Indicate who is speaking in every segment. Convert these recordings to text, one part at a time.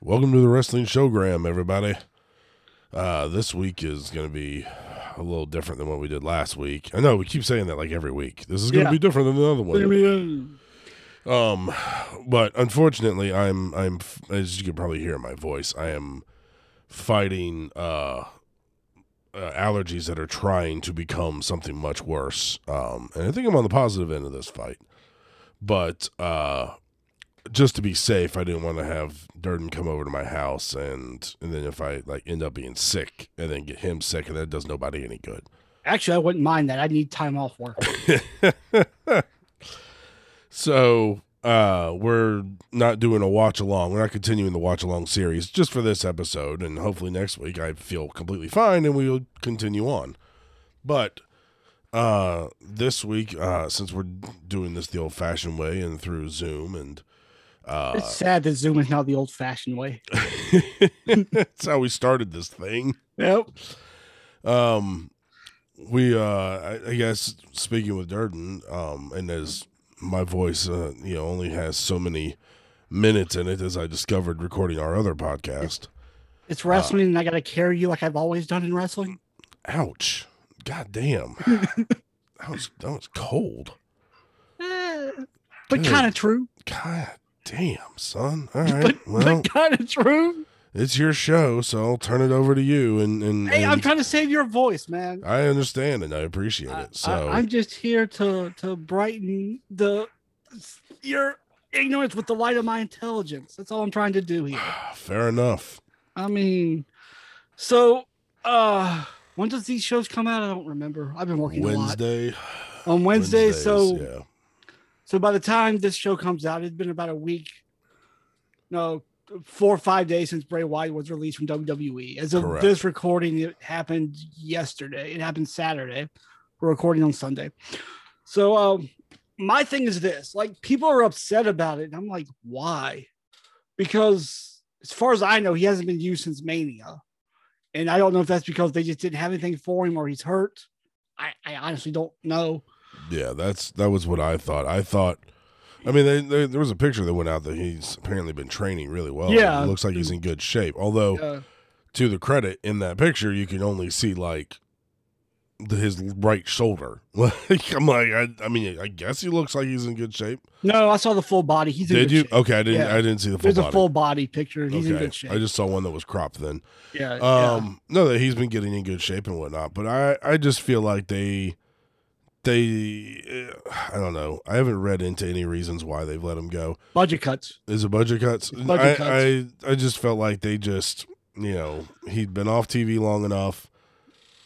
Speaker 1: Welcome to the Wrestling Showgram, everybody. Uh, this week is going to be a little different than what we did last week. I know we keep saying that like every week. This is going to
Speaker 2: Yeah.
Speaker 1: be different than the other one.
Speaker 2: It's
Speaker 1: Um, but unfortunately, I'm I'm f- as you can probably hear in my voice, I am fighting uh, uh allergies that are trying to become something much worse. Um, and I think I'm on the positive end of this fight, but uh. Just to be safe, I didn't want to have Durden come over to my house, and and then if I like end up being sick, and then get him sick, and that does nobody any good.
Speaker 2: Actually, I wouldn't mind that. I need time off work.
Speaker 1: So uh we're not doing a watch along. We're not continuing the watch along series just for this episode, and hopefully next week I feel completely fine and we will continue on. But uh this week, uh since we're doing this the old fashioned way and through Zoom and uh
Speaker 2: It's sad that Zoom is now the old fashioned way.
Speaker 1: that's how we started this thing.
Speaker 2: Yep.
Speaker 1: Um, we, uh, I, I guess, speaking with Durden, um, and as my voice, uh, you know, only has so many minutes in it, as I discovered recording our other podcast.
Speaker 2: It's wrestling, and I got to carry you like I've always done in wrestling.
Speaker 1: Ouch! God damn, that was that was cold.
Speaker 2: Eh, But
Speaker 1: Good.
Speaker 2: kind of true.
Speaker 1: God damn, son. All right,
Speaker 2: But,
Speaker 1: well,
Speaker 2: but kind of true.
Speaker 1: it's your show, so I'll turn it over to you. And and,
Speaker 2: Hey, I'm
Speaker 1: and
Speaker 2: trying to save your voice, man.
Speaker 1: I understand and I appreciate it. So
Speaker 2: I, am just here to to brighten the your ignorance with the light of my intelligence. That's all I'm trying to do here.
Speaker 1: fair enough.
Speaker 2: I mean, so uh when does these shows come out? I don't remember. I've been working a lot
Speaker 1: Wednesday,
Speaker 2: on Wednesday,
Speaker 1: Wednesdays,
Speaker 2: so
Speaker 1: yeah.
Speaker 2: so by the time this show comes out, it's been about a week, no, four or five days since Bray Wyatt was released from WWE. As of
Speaker 1: Correct.
Speaker 2: this recording, it happened yesterday. It happened Saturday. We're recording on Sunday. So um, my thing is this: like people are upset about it, and I'm like, why? Because as far as I know, he hasn't been used since Mania, and I don't know if that's because they just didn't have anything for him or he's hurt. I, I honestly don't know.
Speaker 1: Yeah, that's that was what I thought. I thought, I mean, they, they, there was a picture that went out that he's apparently been training really well.
Speaker 2: Yeah.
Speaker 1: it looks like he's in good shape. Although,
Speaker 2: Uh,
Speaker 1: to the credit in that picture, you can only see like the, his right shoulder. Like I'm like, I, I mean, I guess he looks like he's in good shape.
Speaker 2: no, I saw the full body. He's in
Speaker 1: Did
Speaker 2: good
Speaker 1: you?
Speaker 2: shape.
Speaker 1: Okay, I didn't.
Speaker 2: Yeah.
Speaker 1: I didn't see the full
Speaker 2: There's
Speaker 1: body.
Speaker 2: a full body picture. He's in
Speaker 1: Okay,
Speaker 2: good shape.
Speaker 1: I just saw one that was cropped then.
Speaker 2: yeah, yeah.
Speaker 1: Um, no, that he's been getting in good shape and whatnot, but I, I just feel like they, they, uh, I don't know. I haven't read into any reasons why they've let him go.
Speaker 2: budget cuts.
Speaker 1: Is it budget cuts?
Speaker 2: It's budget
Speaker 1: I, I, I just felt like they just, you know, he'd been off TV long enough.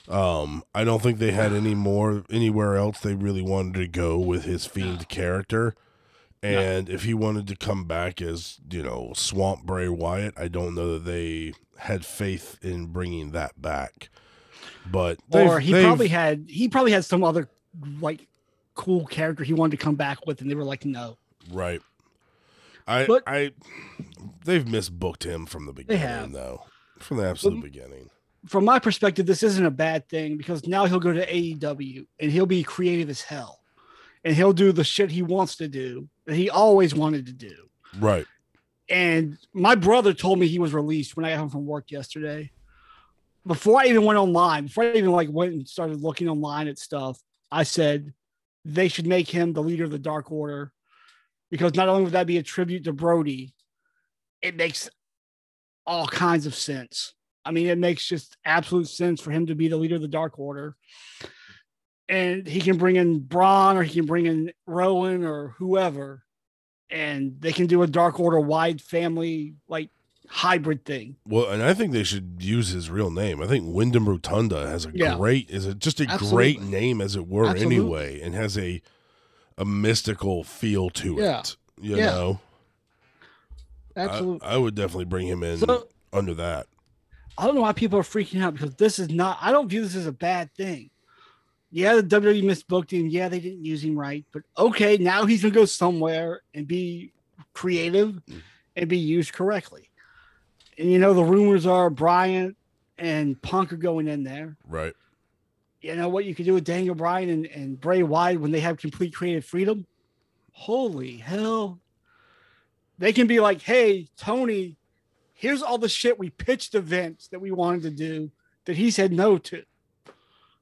Speaker 1: Um, I don't think they had any more anywhere else they really wanted to go with his fiend character.
Speaker 2: No.
Speaker 1: And if he wanted to come back as, you know, Swamp Bray Wyatt, I don't know that they had faith in bringing that back. But
Speaker 2: Or
Speaker 1: they've-
Speaker 2: he
Speaker 1: they've-
Speaker 2: probably had he probably had some other like cool character he wanted to come back with, and they were like, no,
Speaker 1: Right. I
Speaker 2: But-
Speaker 1: I they've misbooked him from the beginning
Speaker 2: have.
Speaker 1: though. From the absolute beginning.
Speaker 2: from my perspective, this isn't a bad thing because now he'll go to AEW and he'll be creative as hell, and he'll do the shit he wants to do that he always wanted to do.
Speaker 1: Right.
Speaker 2: and my brother told me he was released when I got home from work yesterday. Before I even went online, before I even like went and started looking online at stuff, I said they should make him the leader of the Dark Order because not only would that be a tribute to Brody, it makes all kinds of sense. I mean, it makes just absolute sense for him to be the leader of the Dark Order. And he can bring in Braun or he can bring in Rowan or whoever and they can do a Dark Order wide family like hybrid thing.
Speaker 1: Well, and I think they should use his real name. I think Wyndham Rotunda has a
Speaker 2: Yeah.
Speaker 1: great is a, just a great
Speaker 2: Absolutely.
Speaker 1: name as it were
Speaker 2: Absolutely.
Speaker 1: anyway, and has a a mystical feel to
Speaker 2: Yeah.
Speaker 1: it. You
Speaker 2: Yeah.
Speaker 1: know, I- I, would definitely bring him in
Speaker 2: so
Speaker 1: under that.
Speaker 2: I don't know why people are freaking out because this is not. I don't view this as a bad thing. Yeah, the WWE misbooked him. Yeah, they didn't use him right. But okay, now he's gonna go somewhere and be creative
Speaker 1: Mm.
Speaker 2: and be used correctly. And you know the rumors are Bryant and Punk are going in there.
Speaker 1: Right.
Speaker 2: you know what you could do with Daniel Bryan and, and Bray Wyatt when they have complete creative freedom? Holy hell. They can be like, hey, Tony, here's all the shit we pitched to Vince that we wanted to do that he said no to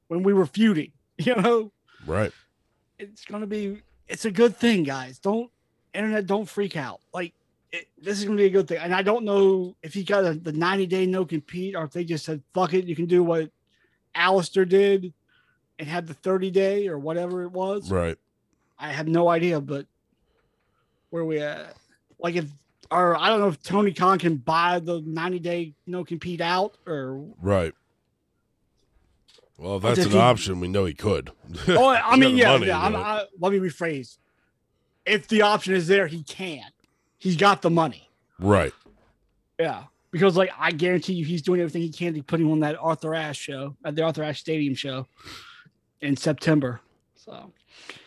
Speaker 2: when we were feuding. You know,
Speaker 1: Right.
Speaker 2: it's gonna be it's a good thing, guys. Don't internet, don't freak out. Like it, this is gonna be a good thing. And I don't know if he got a, the 90 day no compete or if they just said fuck it, you can do what Alistair did and had the 30 day or whatever it was.
Speaker 1: Right.
Speaker 2: I have no idea, but where we at? Like if or I don't know if Tony Khan can buy the 90 day no compete out or
Speaker 1: Right. Well, if that's
Speaker 2: If
Speaker 1: an
Speaker 2: he-
Speaker 1: option, we know he could.
Speaker 2: oh I
Speaker 1: He's got
Speaker 2: mean
Speaker 1: the
Speaker 2: yeah,
Speaker 1: money,
Speaker 2: yeah I'm,
Speaker 1: but-
Speaker 2: I, let me rephrase. If the option is there, he can. He's got the money.
Speaker 1: right.
Speaker 2: Yeah. Because like I guarantee you he's doing everything he can to put him on that Arthur Ashe show at the Arthur Ashe Stadium show in September. So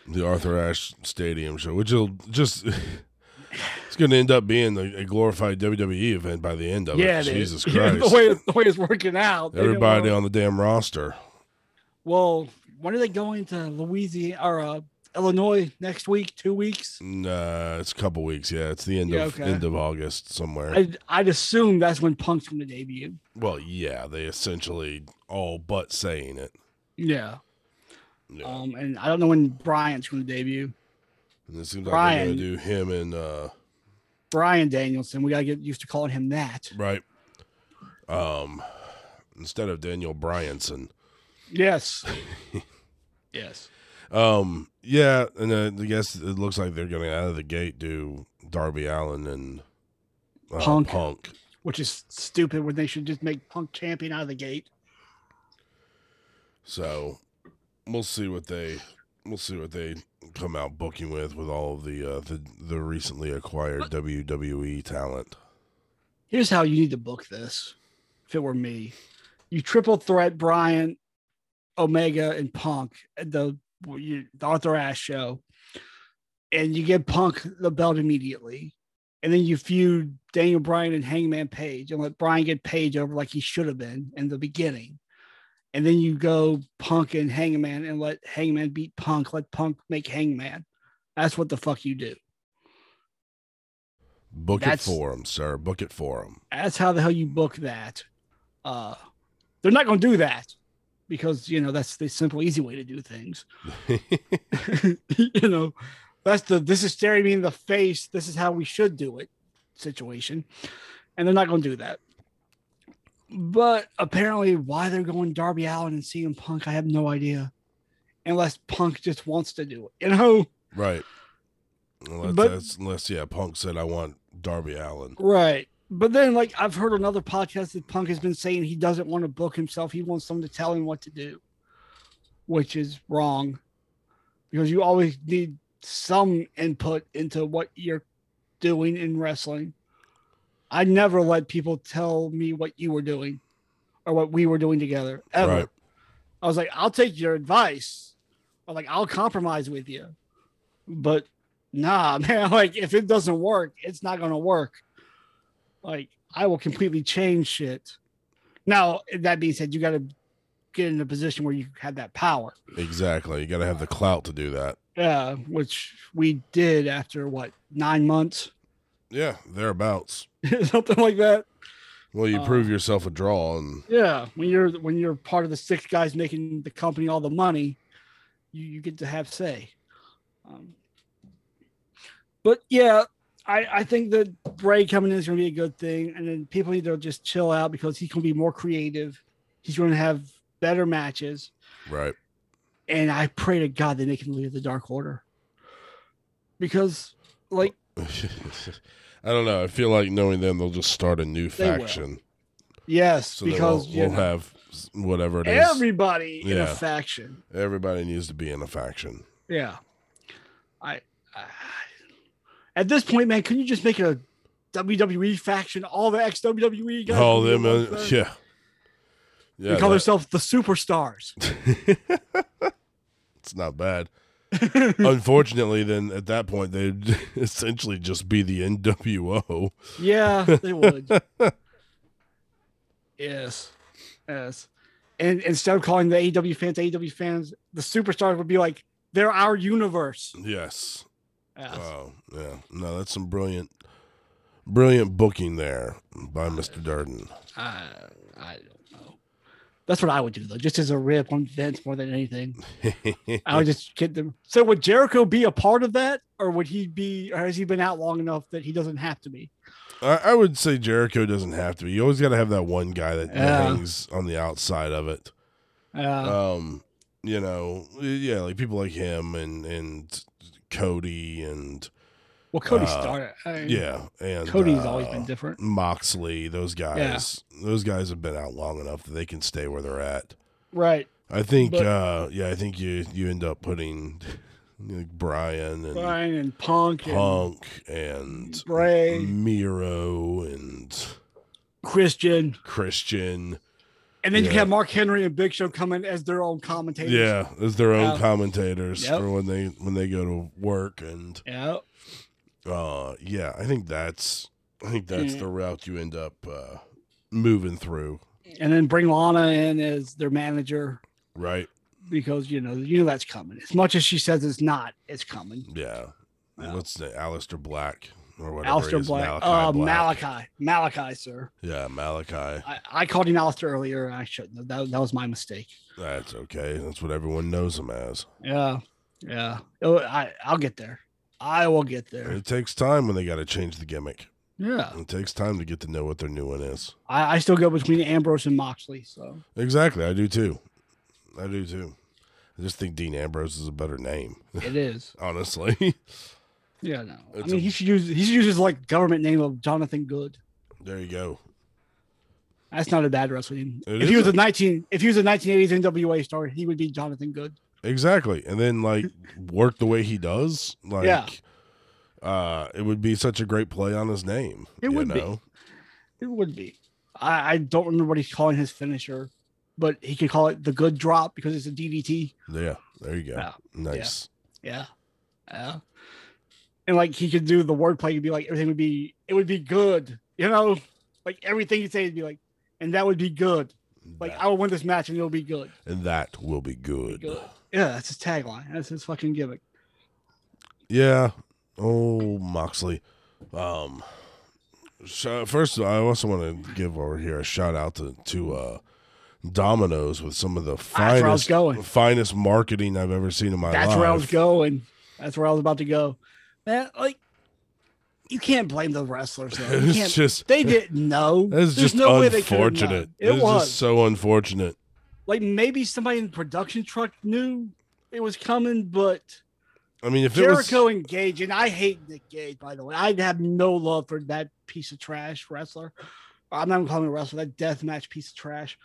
Speaker 1: the Arthur Ashe Stadium show, which will just it's going to end up being a, a glorified WWE event by the end of
Speaker 2: yeah,
Speaker 1: it.
Speaker 2: it is.
Speaker 1: Jesus
Speaker 2: Yeah,
Speaker 1: Christ!
Speaker 2: the way the way it's working out. they don't
Speaker 1: Everybody
Speaker 2: wanna-
Speaker 1: on the damn roster.
Speaker 2: Well, when are they going to Louisiana or uh, Illinois next week? Two weeks?
Speaker 1: Nah, mm, uh, it's a couple weeks. Yeah, it's the end
Speaker 2: Yeah,
Speaker 1: of
Speaker 2: okay.
Speaker 1: end of August somewhere.
Speaker 2: I'd, I'd assume that's when Punk's going to debut.
Speaker 1: well, yeah, they essentially all but saying it.
Speaker 2: Yeah.
Speaker 1: Yeah.
Speaker 2: Um, and I don't know when Bryant's going to debut.
Speaker 1: and it seems like they're going
Speaker 2: Brian-
Speaker 1: to do him and uh,
Speaker 2: Brian Danielson. We got to get used to calling him that.
Speaker 1: right. Um, instead of Daniel Bryanson.
Speaker 2: Yes. yes.
Speaker 1: Um, yeah, and uh, I guess it looks like they're going to out of the gate do Darby Allen and uh,
Speaker 2: Punk.
Speaker 1: Punk.
Speaker 2: Which is stupid when they should just make Punk champion out of the gate.
Speaker 1: So we'll see what they we'll see what they come out booking with with all of the uh, the the recently acquired WWE talent.
Speaker 2: Here's how you need to book this. If it were me, you triple threat Brian, Omega, and Punk at the, you- the Arthur Ashe show, and you give Punk the belt immediately, and then you feud Daniel Bryan and Hangman Page, and let Bryan get Page over like he should have been in the beginning, and then you go Punk and Hangman and let Hangman beat Punk, let Punk make Hangman. That's what the fuck you do.
Speaker 1: Book
Speaker 2: That's-
Speaker 1: it for them, sir. Book it for them.
Speaker 2: that's how the hell you book that. Uh, they're not going to do that because you know that's the simple, easy way to do things. you know, that's the this is staring me in the face. This is how we should do it situation, and they're not going to do that. But apparently, why they're going Darby Allen and CM Punk, I have no idea. Unless Punk just wants to do it, you know.
Speaker 1: right. Unless,
Speaker 2: But-
Speaker 1: that's, unless yeah, Punk said I want Darby Allen.
Speaker 2: Right. But then, like, I've heard on other podcasts that Punk has been saying he doesn't want to book himself. He wants someone to tell him what to do, which is wrong because you always need some input into what you're doing in wrestling. I never let people tell me what you were doing or what we were doing together ever.
Speaker 1: Right.
Speaker 2: I was like, I'll take your advice. Or like, I'll compromise with you. But nah, man, like if it doesn't work, it's not gonna work. Like, I will completely change shit. Now, that being said, you gotta get in a position where you have that power.
Speaker 1: Exactly. You got to have the clout to do that.
Speaker 2: Yeah, which we did after what, nine months?
Speaker 1: Yeah, thereabouts.
Speaker 2: Something like that.
Speaker 1: Well, you
Speaker 2: Uh,
Speaker 1: prove yourself a draw, and
Speaker 2: Yeah. When you're when you're part of the six guys making the company all the money, you, you get to have say. Um, but yeah, I, I think that Bray coming in is going to be a good thing. And then people need to just chill out because he can be more creative. He's going to have better matches.
Speaker 1: right.
Speaker 2: And I pray to God that they can leave the Dark Order. Because, like,
Speaker 1: I don't know. I feel like knowing them, they'll just start a new
Speaker 2: They will.
Speaker 1: faction.
Speaker 2: yes,
Speaker 1: So because
Speaker 2: because
Speaker 1: we'll,
Speaker 2: you
Speaker 1: we'll
Speaker 2: know,
Speaker 1: have s- whatever it is.
Speaker 2: everybody in a
Speaker 1: Yeah.
Speaker 2: faction.
Speaker 1: Everybody needs to be in a faction.
Speaker 2: Yeah. I, I at this point, man, couldn't you just make a WWE faction? All the ex WWE guys.
Speaker 1: Call
Speaker 2: would
Speaker 1: them,
Speaker 2: be
Speaker 1: uh,
Speaker 2: one thing.
Speaker 1: yeah, yeah.
Speaker 2: they call
Speaker 1: that-
Speaker 2: themselves the superstars.
Speaker 1: it's not bad. Unfortunately, then at that point they'd essentially just be the NWO.
Speaker 2: yeah, they would. yes, yes. And instead of calling the AEW fans AEW fans, the superstars would be like, "They're our universe."
Speaker 1: Yes.
Speaker 2: Yes.
Speaker 1: Wow. Yeah. No, that's some brilliant, Brilliant booking there by Mr. Darden.
Speaker 2: I, I don't know. That's what I would do though, just as a rip on Vince more than anything. I would just get them. So would Jericho be a part of that, or would he be, or has he been out long enough that he doesn't have to be?
Speaker 1: I, I would say Jericho doesn't have to be. You always got to have that one guy that
Speaker 2: Yeah.
Speaker 1: hangs on the outside of it.
Speaker 2: Uh,
Speaker 1: um you know yeah like people like him and and cody and
Speaker 2: well, Cody
Speaker 1: uh,
Speaker 2: started. I mean,
Speaker 1: yeah and
Speaker 2: Cody's always
Speaker 1: uh,
Speaker 2: been different.
Speaker 1: moxley those guys those guys have been out long enough that they can stay where they're at
Speaker 2: Right.
Speaker 1: i think
Speaker 2: But-
Speaker 1: uh yeah i think you you end up putting you know, brian and
Speaker 2: Brian and Punk and
Speaker 1: punk mm, and
Speaker 2: Bray,
Speaker 1: miro and
Speaker 2: Christian.
Speaker 1: christian
Speaker 2: And then you
Speaker 1: Yeah.
Speaker 2: can have Mark Henry and Big Show come in as their own commentators.
Speaker 1: yeah as their own
Speaker 2: Yeah.
Speaker 1: commentators
Speaker 2: Yep.
Speaker 1: for when they when they go to work and
Speaker 2: Yeah.
Speaker 1: uh yeah i think that's i think that's
Speaker 2: Mm.
Speaker 1: the route you end up uh moving through
Speaker 2: And then bring Lana in as their manager
Speaker 1: right
Speaker 2: because you know you know that's coming. As much as she says it's not, it's coming.
Speaker 1: yeah
Speaker 2: Yeah.
Speaker 1: what's the Alistair black or whatever
Speaker 2: Alistair
Speaker 1: he is,
Speaker 2: Black,
Speaker 1: Malachi
Speaker 2: uh,
Speaker 1: Black.
Speaker 2: Malachi, Malachi, sir.
Speaker 1: yeah malachi
Speaker 2: I, I called him Alistair earlier. and I shouldn't. have. That that was my mistake.
Speaker 1: that's okay that's what everyone knows him as
Speaker 2: Yeah, yeah. Oh, I I'll get there. I will get there.
Speaker 1: it takes time when they got to change the gimmick
Speaker 2: Yeah,
Speaker 1: it takes time to get to know what their new one is
Speaker 2: I, I still go between Ambrose and Moxley. So
Speaker 1: exactly i do too i do too i just think dean ambrose is a better name
Speaker 2: it is.
Speaker 1: honestly
Speaker 2: Yeah, no. I
Speaker 1: It's
Speaker 2: mean,
Speaker 1: a-
Speaker 2: he should use he should use his like government name of Jonathan Good.
Speaker 1: there you go
Speaker 2: That's not a bad wrestling.
Speaker 1: It
Speaker 2: if he was a
Speaker 1: isn't.
Speaker 2: nineteen, if he was a nineteen eighties NWA star, he would be Jonathan Good.
Speaker 1: Exactly. And then like work the way he does. Like
Speaker 2: Yeah.
Speaker 1: uh it would be such a great play on his name.
Speaker 2: It
Speaker 1: you
Speaker 2: would be.
Speaker 1: know?
Speaker 2: It would be. I, I don't remember what he's calling his finisher, but he could call it the Good Drop because it's a DDT.
Speaker 1: Yeah. There you go.
Speaker 2: Yeah.
Speaker 1: Nice.
Speaker 2: Yeah. Yeah. And like he could do the wordplay, he'd be like, everything would be, it would be good. You know, like everything you say would be like, and that would be good. Like
Speaker 1: That-
Speaker 2: I will win this match and it'll be good.
Speaker 1: and that will be good.
Speaker 2: Good. Yeah, that's his tagline. That's his fucking gimmick.
Speaker 1: Yeah. Oh Moxley. Um so first of all, I also want to give over here a shout out to to uh Domino's with some of the
Speaker 2: That's where I was
Speaker 1: finest
Speaker 2: going.
Speaker 1: finest marketing I've ever seen in my
Speaker 2: That's
Speaker 1: life.
Speaker 2: where I was going. That's where I was about to go. Man, like you can't blame the wrestlers though. You
Speaker 1: It's
Speaker 2: can't,
Speaker 1: just
Speaker 2: they didn't know.
Speaker 1: That's
Speaker 2: There's
Speaker 1: just
Speaker 2: no way they could have
Speaker 1: unfortunate.
Speaker 2: known. It
Speaker 1: It's
Speaker 2: was
Speaker 1: just so unfortunate.
Speaker 2: like maybe somebody in the production truck knew it was coming, but
Speaker 1: I mean, if it
Speaker 2: Jericho
Speaker 1: was,
Speaker 2: and Gage, and I hate Nick Gage, by the way. I have no love for that piece of trash wrestler. I'm not even calling him a wrestler, that deathmatch piece of trash.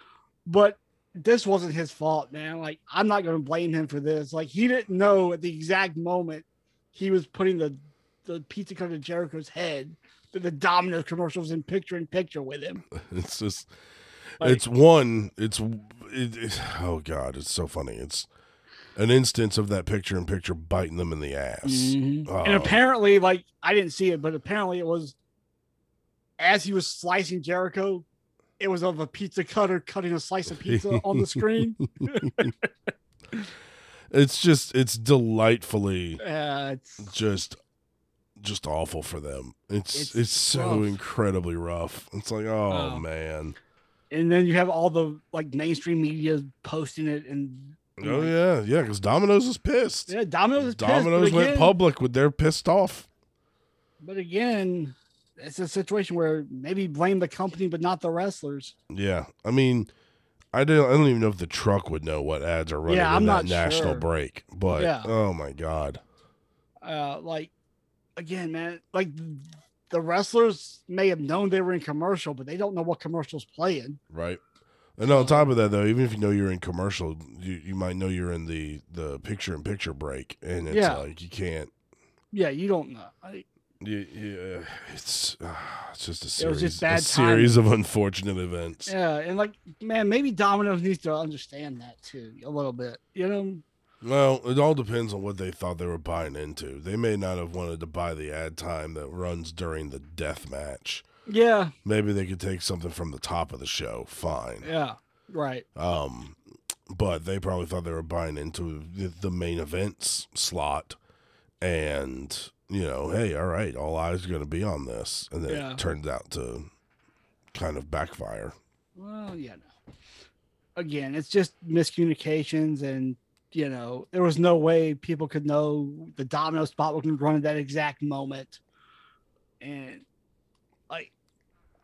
Speaker 2: But this wasn't his fault, man. Like, I'm not going to blame him for this. Like, he didn't know at the exact moment he was putting the, the pizza cutter to Jericho's head that the Domino's commercial was in picture in picture with him.
Speaker 1: it's just,
Speaker 2: Like-
Speaker 1: it's one, it's, it, it- oh God, it's so funny. It's an instance of that picture in picture biting them in the ass.
Speaker 2: Mm-hmm. And
Speaker 1: Oh,
Speaker 2: apparently, like I didn't see it, but apparently it was as he was slicing Jericho, it was of a pizza cutter cutting a slice of pizza on the screen.
Speaker 1: it's just, it's delightfully
Speaker 2: Uh, it's,
Speaker 1: just, just awful for them. It's, it's,
Speaker 2: It's
Speaker 1: so
Speaker 2: rough.
Speaker 1: incredibly rough. It's like, oh,
Speaker 2: Oh.
Speaker 1: man.
Speaker 2: and then you have all the like mainstream media posting it, and I'm
Speaker 1: Oh
Speaker 2: like-
Speaker 1: yeah. Yeah. Cause Domino's is pissed.
Speaker 2: Mm-hmm. yeah, Domino's is pissed,
Speaker 1: Domino's
Speaker 2: but
Speaker 1: went
Speaker 2: again-
Speaker 1: public with their pissed off.
Speaker 2: But again, it's a situation where maybe blame the company, but not the wrestlers.
Speaker 1: Yeah, I mean, I don't. I don't even know if the truck would know what ads are running
Speaker 2: Yeah, I'm
Speaker 1: in that
Speaker 2: not
Speaker 1: national
Speaker 2: sure.
Speaker 1: break. But
Speaker 2: Yeah.
Speaker 1: oh my god,
Speaker 2: uh like again man like th- the wrestlers may have known they were in commercial but they don't know what commercials playing
Speaker 1: right? And on top of that, though, even if you know you're in commercial, you, you might know you're in the the picture in picture break, and it's
Speaker 2: Yeah.
Speaker 1: like you can't.
Speaker 2: yeah you don't know I,
Speaker 1: You, you, uh, it's ah, it's just a
Speaker 2: It
Speaker 1: series,
Speaker 2: was just bad
Speaker 1: a series of unfortunate events.
Speaker 2: yeah and like man maybe domino's needs to understand that too a little bit you know
Speaker 1: Well, it all depends on what they thought they were buying into. They may not have wanted to buy the ad time that runs during the death match.
Speaker 2: yeah
Speaker 1: Maybe they could take something from the top of the show. Fine.
Speaker 2: yeah right
Speaker 1: Um, but they probably thought they were buying into the, the main events slot, and you know, hey, all right, all eyes are going to be on this, and then
Speaker 2: Yeah.
Speaker 1: it turns out to kind of backfire.
Speaker 2: Well, yeah. No. Again, it's just miscommunications, and you know there was no way people could know the domino spot was going to run at that exact moment, and like.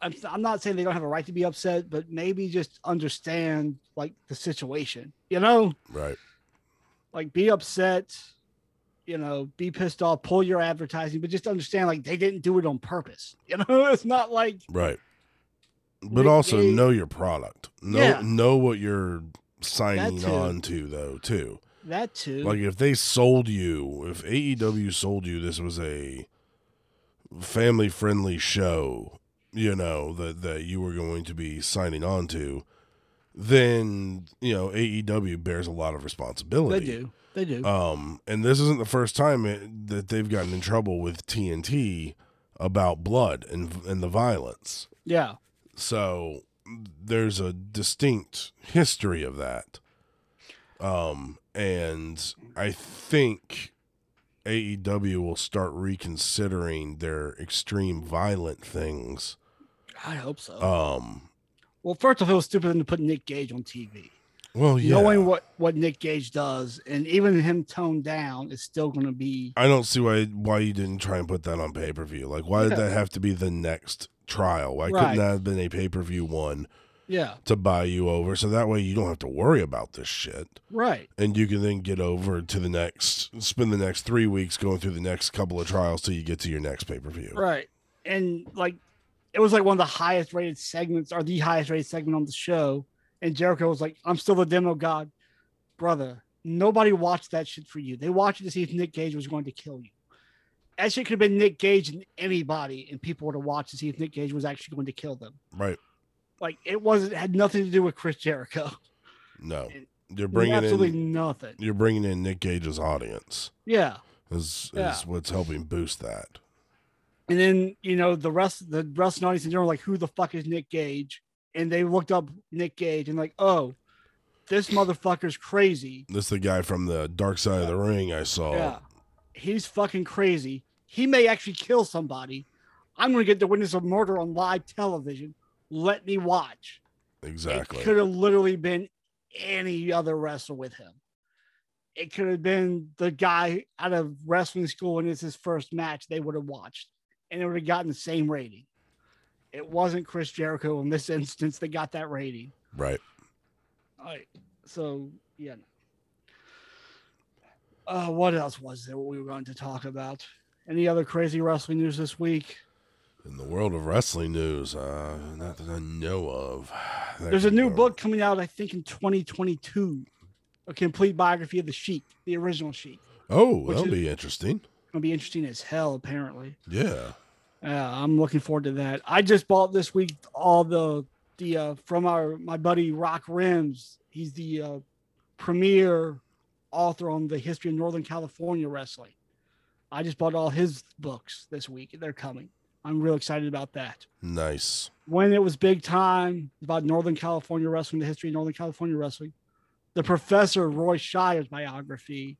Speaker 2: I'm, I'm not saying they don't have a right to be upset, but maybe just understand like the situation, you know,
Speaker 1: Right.
Speaker 2: like be upset, you know, be pissed off, pull your advertising, but just understand like they didn't do it on purpose, you know. It's not like
Speaker 1: Right. But
Speaker 2: They-
Speaker 1: also
Speaker 2: they-
Speaker 1: know your product. Know
Speaker 2: Yeah.
Speaker 1: know what you're signing
Speaker 2: too.
Speaker 1: on to though too.
Speaker 2: that too.
Speaker 1: Like if they sold you, if AEW sold you this was a family friendly show, you know, that that you were going to be signing on to, then, you know, AEW bears a lot of
Speaker 2: they
Speaker 1: responsibility.
Speaker 2: do, they do.
Speaker 1: Um, and this isn't the first time it, that they've gotten in trouble with TNT about blood and and the violence.
Speaker 2: yeah.
Speaker 1: So there's a distinct history of that. Um, and I think AEW will start reconsidering their extreme violent things.
Speaker 2: I hope so.
Speaker 1: Um,
Speaker 2: well, first of all, it was stupid of them to put Nick Gage on TV.
Speaker 1: well, Oh, yeah.
Speaker 2: Knowing what, what Nick Gage does, and even him toned down, is still going to be.
Speaker 1: I don't see why why you didn't try and put that on pay per view. Like, why did
Speaker 2: Yeah.
Speaker 1: that have to be the next trial? Why
Speaker 2: Right.
Speaker 1: couldn't that have been a pay per view one
Speaker 2: Yeah,
Speaker 1: to buy you over? So that way you don't have to worry about this shit,
Speaker 2: right.
Speaker 1: and you can then get over to the next, spend the next three weeks going through the next couple of trials till you get to your next pay per view.
Speaker 2: Right. And like, it was like one of the highest rated segments or the highest rated segment on the show. And Jericho was like, I'm still the demo god. Brother, nobody watched that shit for you. They watched it to see if Nick Gage was going to kill you. That shit could have been Nick Gage and anybody, and people would have watched to see if Nick Gage was actually going to kill them.
Speaker 1: Right?
Speaker 2: Like, it wasn't, had nothing to do with Chris Jericho.
Speaker 1: No,
Speaker 2: It-
Speaker 1: you're bringing
Speaker 2: absolutely
Speaker 1: in
Speaker 2: nothing.
Speaker 1: you're bringing in Nick Gage's audience
Speaker 2: Yeah.
Speaker 1: is
Speaker 2: Yeah.
Speaker 1: is what's helping boost that.
Speaker 2: And then, you know, the rest the wrestling audience in general, like, who the fuck is Nick Gage? And they looked up Nick Gage and like, oh, this motherfucker's crazy.
Speaker 1: This the guy from the Dark Side of the Ring I saw.
Speaker 2: Yeah. He's fucking crazy. He may actually kill somebody. I'm gonna get the witness of murder on live television. Let me watch. It
Speaker 1: Exactly.
Speaker 2: could have literally been any other wrestler with him. It could have been the guy out of wrestling school and it's his first match they would have watched and it would have gotten the same rating. It wasn't Chris Jericho in this instance that got that rating.
Speaker 1: Right.
Speaker 2: All right. So, yeah. Uh, what else was there we were going to talk about? Any other crazy wrestling news this week?
Speaker 1: In the world of wrestling news, uh, not that I know of. That
Speaker 2: There's a
Speaker 1: could
Speaker 2: new
Speaker 1: go-
Speaker 2: book coming out, I think, in 2022, a complete biography of the Sheik, the original Sheik.
Speaker 1: Oh,
Speaker 2: which
Speaker 1: that'll
Speaker 2: is-
Speaker 1: be interesting.
Speaker 2: Gonna be interesting as hell, apparently.
Speaker 1: Yeah.
Speaker 2: Yeah, I'm looking forward to that. I just bought this week all the the uh, from our my buddy Rock Rims. He's the uh, premier author on the history of Northern California wrestling. I just bought all his books this week. They're coming. I'm real excited about that.
Speaker 1: Nice.
Speaker 2: When it was big time about Northern California wrestling, the history of Northern California wrestling, the professor Roy Shire's biography,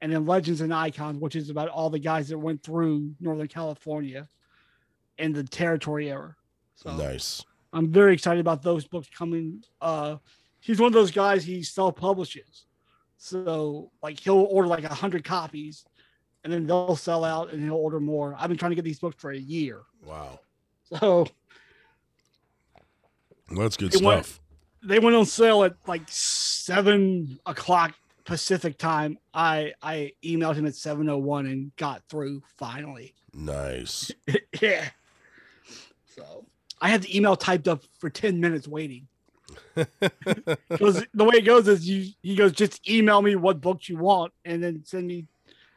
Speaker 2: and then Legends and Icons, which is about all the guys that went through Northern California and the territory era. So
Speaker 1: Nice.
Speaker 2: I'm very excited about those books coming. Uh, he's one of those guys he self publishes, so like he'll order like a hundred copies, and then they'll sell out, and he'll order more. I've been trying to get these books for a year,
Speaker 1: Wow.
Speaker 2: so
Speaker 1: Well, that's good
Speaker 2: It went-
Speaker 1: stuff.
Speaker 2: they went on sale at like seven o'clock Pacific time. I I emailed him at seven oh one and got through finally.
Speaker 1: Nice.
Speaker 2: yeah. So I had the email typed up for ten minutes waiting. Because the way it goes is you he goes just email me what books you want and then send me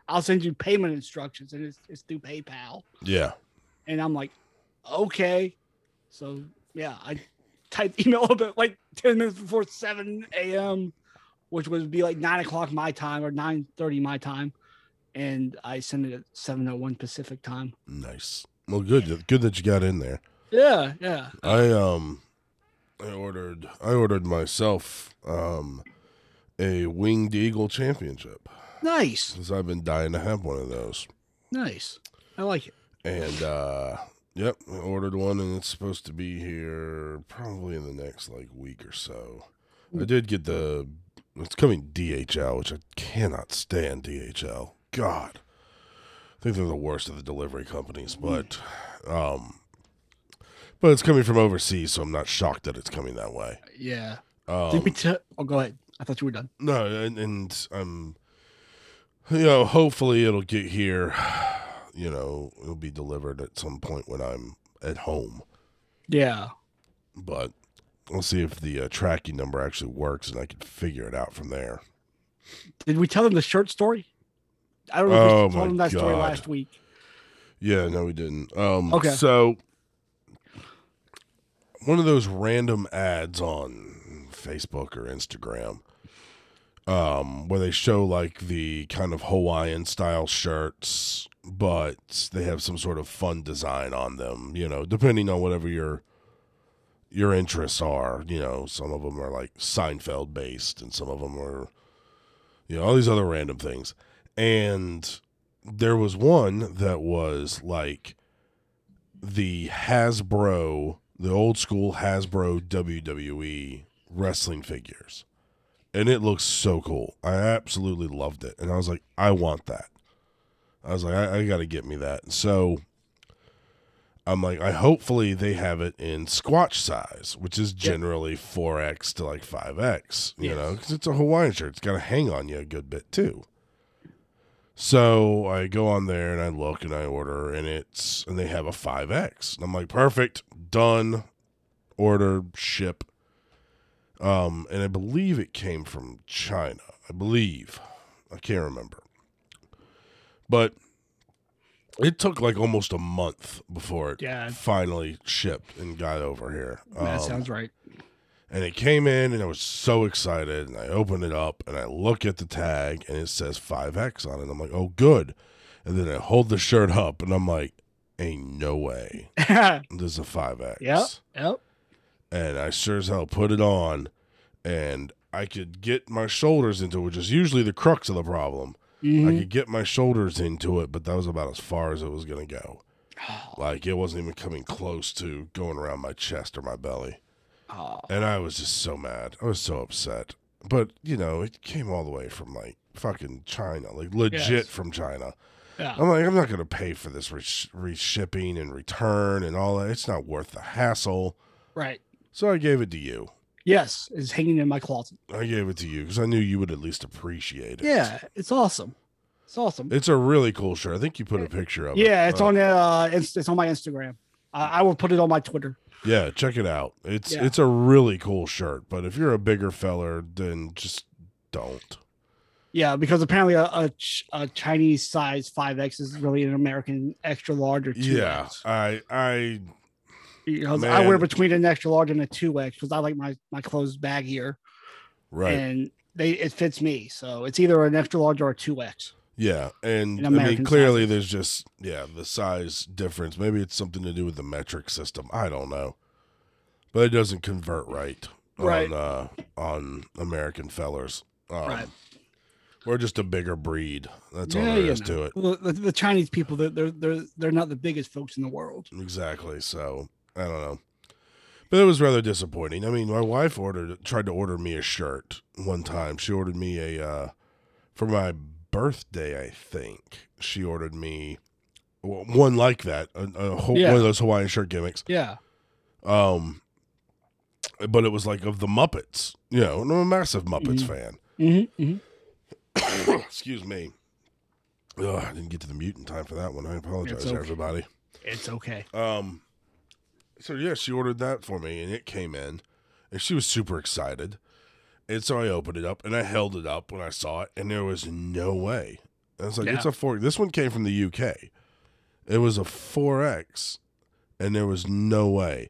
Speaker 2: I'll send you payment instructions and it's it's through PayPal
Speaker 1: yeah.
Speaker 2: and I'm like okay so yeah I typed email up at like ten minutes before seven a.m. which would be like nine o'clock my time or nine thirty my time and I sent it at seven oh one Pacific time
Speaker 1: Nice. Well, good. Good that you got in there.
Speaker 2: yeah yeah
Speaker 1: I um, I ordered. I ordered myself um, a winged eagle championship
Speaker 2: nice
Speaker 1: since I've been dying to have one of those.
Speaker 2: Nice. I like it.
Speaker 1: And uh yep, I ordered one and it's supposed to be here probably in the next like week or so. I did get the it's coming DHL, which I cannot stand DHL. God. I think they're the worst of the delivery companies, but um but it's coming from overseas, so I'm not shocked that it's coming that way.
Speaker 2: Yeah.
Speaker 1: Um,
Speaker 2: Did we t- oh, go ahead. I thought you were done.
Speaker 1: no, and, and I'm, you know, hopefully it'll get here. You know, it'll be delivered at some point when I'm at home.
Speaker 2: Yeah.
Speaker 1: But we'll see if the uh, tracking number actually works and I can figure it out from there.
Speaker 2: Did we tell them the shirt story? I don't know
Speaker 1: Oh,
Speaker 2: if we told
Speaker 1: my
Speaker 2: them that story
Speaker 1: God.
Speaker 2: last week.
Speaker 1: Yeah, no, we didn't. Um,
Speaker 2: Okay.
Speaker 1: So one of those random ads on Facebook or Instagram, um, where they show like the kind of Hawaiian style shirts, but they have some sort of fun design on them. You know, depending on whatever your your interests are. You know, some of them are like Seinfeld based, and some of them are, you know, all these other random things. And there was one that was like the Hasbro, the old school Hasbro E WWE wrestling figures. And it looks so cool. I absolutely loved it. And I was like, I want that. I was like, I, I got to get me that. So I'm like, I hopefully they have it in squatch size, which is generally 4X to like 5X, you know, 'cause
Speaker 2: Yes.
Speaker 1: know, because it's a Hawaiian shirt. It's got to hang on you a good bit too. So I go on there and I look and I order and it's and they have a 5X. And I'm like, perfect, done, order, ship. Um, and I believe it came from China. I believe. I can't remember. But it took like almost a month before it
Speaker 2: Yeah.
Speaker 1: finally shipped and got over here.
Speaker 2: That
Speaker 1: Um,
Speaker 2: sounds right.
Speaker 1: and it came in, and I was so excited. And I opened it up, and I look at the tag, and it says 5X on it. I'm like, oh, good. And then I hold the shirt up, and I'm like, ain't no way.
Speaker 2: yep.
Speaker 1: This is a 5X.
Speaker 2: Yep.
Speaker 1: And I sure as hell put it on, and I could get my shoulders into it, which is usually the crux of the problem. I
Speaker 2: Mhm.
Speaker 1: could get my shoulders into it, but that was about as far as it was going to go.
Speaker 2: Oh,
Speaker 1: Like, it wasn't even coming close to going around my chest or my belly.
Speaker 2: oh.
Speaker 1: And I was just so mad. I was so upset. But, you know, it came all the way from like fucking China, like legit
Speaker 2: Yes.
Speaker 1: from China.
Speaker 2: Yeah.
Speaker 1: I'm like, I'm not going to pay for this resh- reshipping and return and all that. It's not worth the hassle.
Speaker 2: Right.
Speaker 1: So I gave it to you.
Speaker 2: Yes. It's hanging in my closet.
Speaker 1: I gave it to you because I knew you would at least appreciate it.
Speaker 2: Yeah. It's awesome. It's awesome.
Speaker 1: It's a really cool shirt. I think you put a picture of it.
Speaker 2: yeah. It's
Speaker 1: Uh,
Speaker 2: on uh, it's, it's on my Instagram. I, I will put it on my Twitter.
Speaker 1: Yeah, check it out. It's
Speaker 2: Yeah.
Speaker 1: it's a really cool shirt, but if you're a bigger feller, then just don't.
Speaker 2: Yeah, because apparently a, a, Ch- a Chinese size 5X is really an American extra large or 2X.
Speaker 1: Yeah, I I
Speaker 2: Because I
Speaker 1: Man.
Speaker 2: wear between an extra large and a 2X because I like my, my clothes baggier
Speaker 1: right.
Speaker 2: and they it fits me. So it's either an extra large or a 2X.
Speaker 1: Yeah, and
Speaker 2: In
Speaker 1: I mean,
Speaker 2: American
Speaker 1: clearly there's just yeah the size difference. Maybe it's something to do with the metric system. I don't know, but it doesn't convert right,
Speaker 2: Right.
Speaker 1: on uh, on American fellers. Um,
Speaker 2: Right.
Speaker 1: We're just a bigger breed. That's all
Speaker 2: Yeah,
Speaker 1: there
Speaker 2: you
Speaker 1: is to it.
Speaker 2: Well, the, the Chinese people, they're, they're, they're, they're not the biggest folks in the world.
Speaker 1: Exactly. So I don't know, but it was rather disappointing. I mean, my wife ordered tried to order me a shirt one time. She ordered me a uh, for my birthday. I think she ordered me w- one like that, a, a ho-
Speaker 2: Yeah.
Speaker 1: one of those Hawaiian shirt gimmicks.
Speaker 2: Yeah.
Speaker 1: Um, but it was like of the Muppets. You know, and I'm a massive Muppets
Speaker 2: Mhm.
Speaker 1: fan.
Speaker 2: Mm-hmm, mm-hmm.
Speaker 1: Excuse me. Ugh, I didn't get to the mute in time for that one. I apologize,
Speaker 2: okay.
Speaker 1: everybody.
Speaker 2: It's okay.
Speaker 1: Um, so yeah, she ordered that for me, and it came in, and she was super excited. And so I opened it up, and I held it up when I saw it, and there was no way. I was like,
Speaker 2: Yeah.
Speaker 1: "It's a four. This one came from the UK. It was a four X, and there was no way.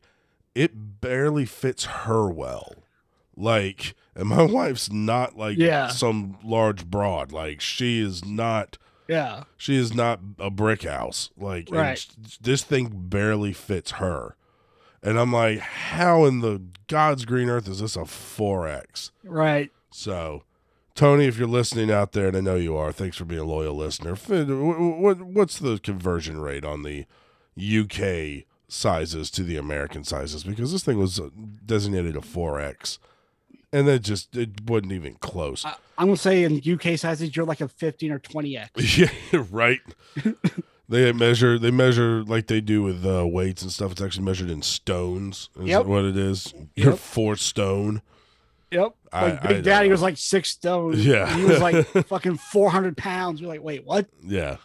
Speaker 1: It barely fits her well. Like, and my wife's not like
Speaker 2: Yeah.
Speaker 1: some large broad. Like, she is not
Speaker 2: Yeah.
Speaker 1: she is not a brick house. Like, and
Speaker 2: Right.
Speaker 1: sh- this thing barely fits her. And I'm like, how in the God's green earth is this a 4X?
Speaker 2: Right.
Speaker 1: So Tony, if you're listening out there, and I know you are, thanks for being a loyal listener. F- uh, wh- wh- What's the conversion rate on the UK sizes to the American sizes? Because this thing was uh, designated a 4X, and it just it wasn't even close.
Speaker 2: I, I'm gonna say in UK sizes, you're like a 15 or 20x.
Speaker 1: Yeah, right. they measure they measure like they do with uh, weights and stuff. It's actually measured in stones. Is
Speaker 2: Yep.
Speaker 1: that what it is? You're
Speaker 2: Yep.
Speaker 1: four stone.
Speaker 2: Yep.
Speaker 1: I-
Speaker 2: Like
Speaker 1: I
Speaker 2: Big
Speaker 1: don't
Speaker 2: Daddy
Speaker 1: know.
Speaker 2: was like six stone.
Speaker 1: Yeah.
Speaker 2: He was like fucking 400 pounds. You're like, wait, what?
Speaker 1: Yeah.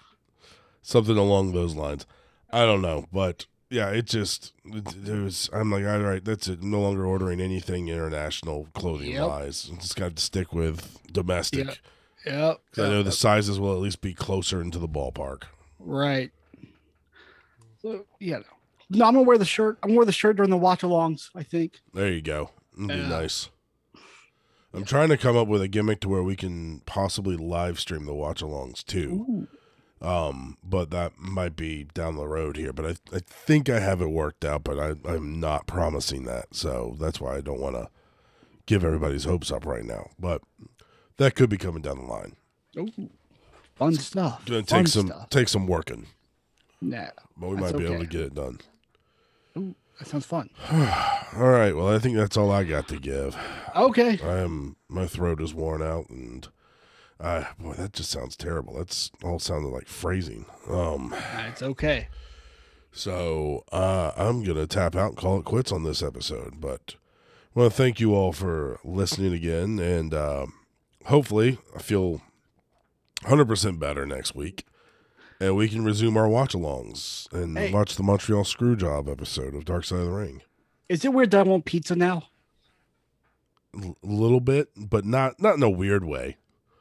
Speaker 1: Something along those lines. I don't know, but yeah, it just it, it was I'm like, all right, that's it. I'm no longer ordering anything international clothing
Speaker 2: Yep.
Speaker 1: wise. I'm just got to stick with domestic.
Speaker 2: Yeah. Yep.
Speaker 1: 'Cause I know the sizes will at least be closer into the ballpark.
Speaker 2: Right. So, yeah. No. No, I'm gonna wear the shirt. I'm gonna wear the shirt during the watch alongs, I think.
Speaker 1: There you go. It'd be
Speaker 2: Yeah.
Speaker 1: nice. I'm trying to come up with a gimmick to where we can possibly live stream the watch alongs too.
Speaker 2: Ooh.
Speaker 1: Um, but that might be down the road here. But I, I think I have it worked out, but I, I'm not promising that. So that's why I don't want to give everybody's hopes up right now. But that could be coming down the line.
Speaker 2: Ooh. Fun stuff.
Speaker 1: Gonna
Speaker 2: Fun
Speaker 1: take some
Speaker 2: stuff.
Speaker 1: take some working,
Speaker 2: Nah.
Speaker 1: but we
Speaker 2: That's
Speaker 1: might be able
Speaker 2: okay.
Speaker 1: to get it done.
Speaker 2: Ooh, that sounds fun.
Speaker 1: All right. Well, I think that's all I got to give.
Speaker 2: Okay.
Speaker 1: I am my throat is worn out and uh boy, that just sounds terrible. That's all sounded like phrasing. Um
Speaker 2: It's okay.
Speaker 1: so uh I'm gonna tap out and call it quits on this episode, but I wanna thank you all for listening again and um hopefully I feel hundred percent better next week. And we can resume our watch alongs and
Speaker 2: Hey.
Speaker 1: watch the Montreal Screwjob episode of Dark Side of the Ring.
Speaker 2: Is it weird that I want pizza now?
Speaker 1: L- little bit, but not not in a weird way.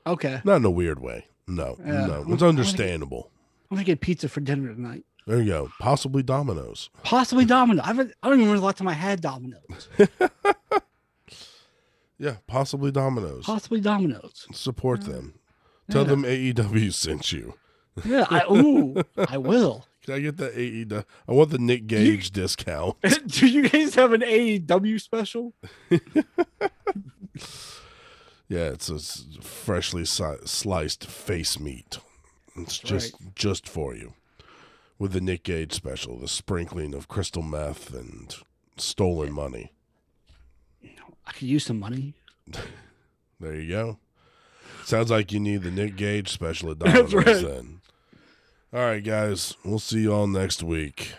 Speaker 2: Okay.
Speaker 1: Not in a weird way. No,
Speaker 2: Yeah.
Speaker 1: no. It's understandable.
Speaker 2: I'm gonna get pizza for dinner tonight.
Speaker 1: There you go. Possibly Domino's.
Speaker 2: Possibly Domino. I haven't. I don't even remember the last time I had Domino's.
Speaker 1: Yeah, possibly Domino's.
Speaker 2: Possibly Domino's.
Speaker 1: Support them. Tell
Speaker 2: Yeah.
Speaker 1: them AEW sent you.
Speaker 2: Yeah. I, ooh. I will.
Speaker 1: Can I get the AEW? I want the Nick Gage discount.
Speaker 2: Do you guys have an AEW special?
Speaker 1: Yeah, it's a s- freshly si- sliced face meat. It's
Speaker 2: That's
Speaker 1: just just for you. With the Nick Gage special, the sprinkling of crystal meth and stolen money.
Speaker 2: I could use some money.
Speaker 1: There you go. Sounds like you need the Nick Gage special at Domino's
Speaker 2: right.
Speaker 1: then. All right, guys. We'll see you all next week.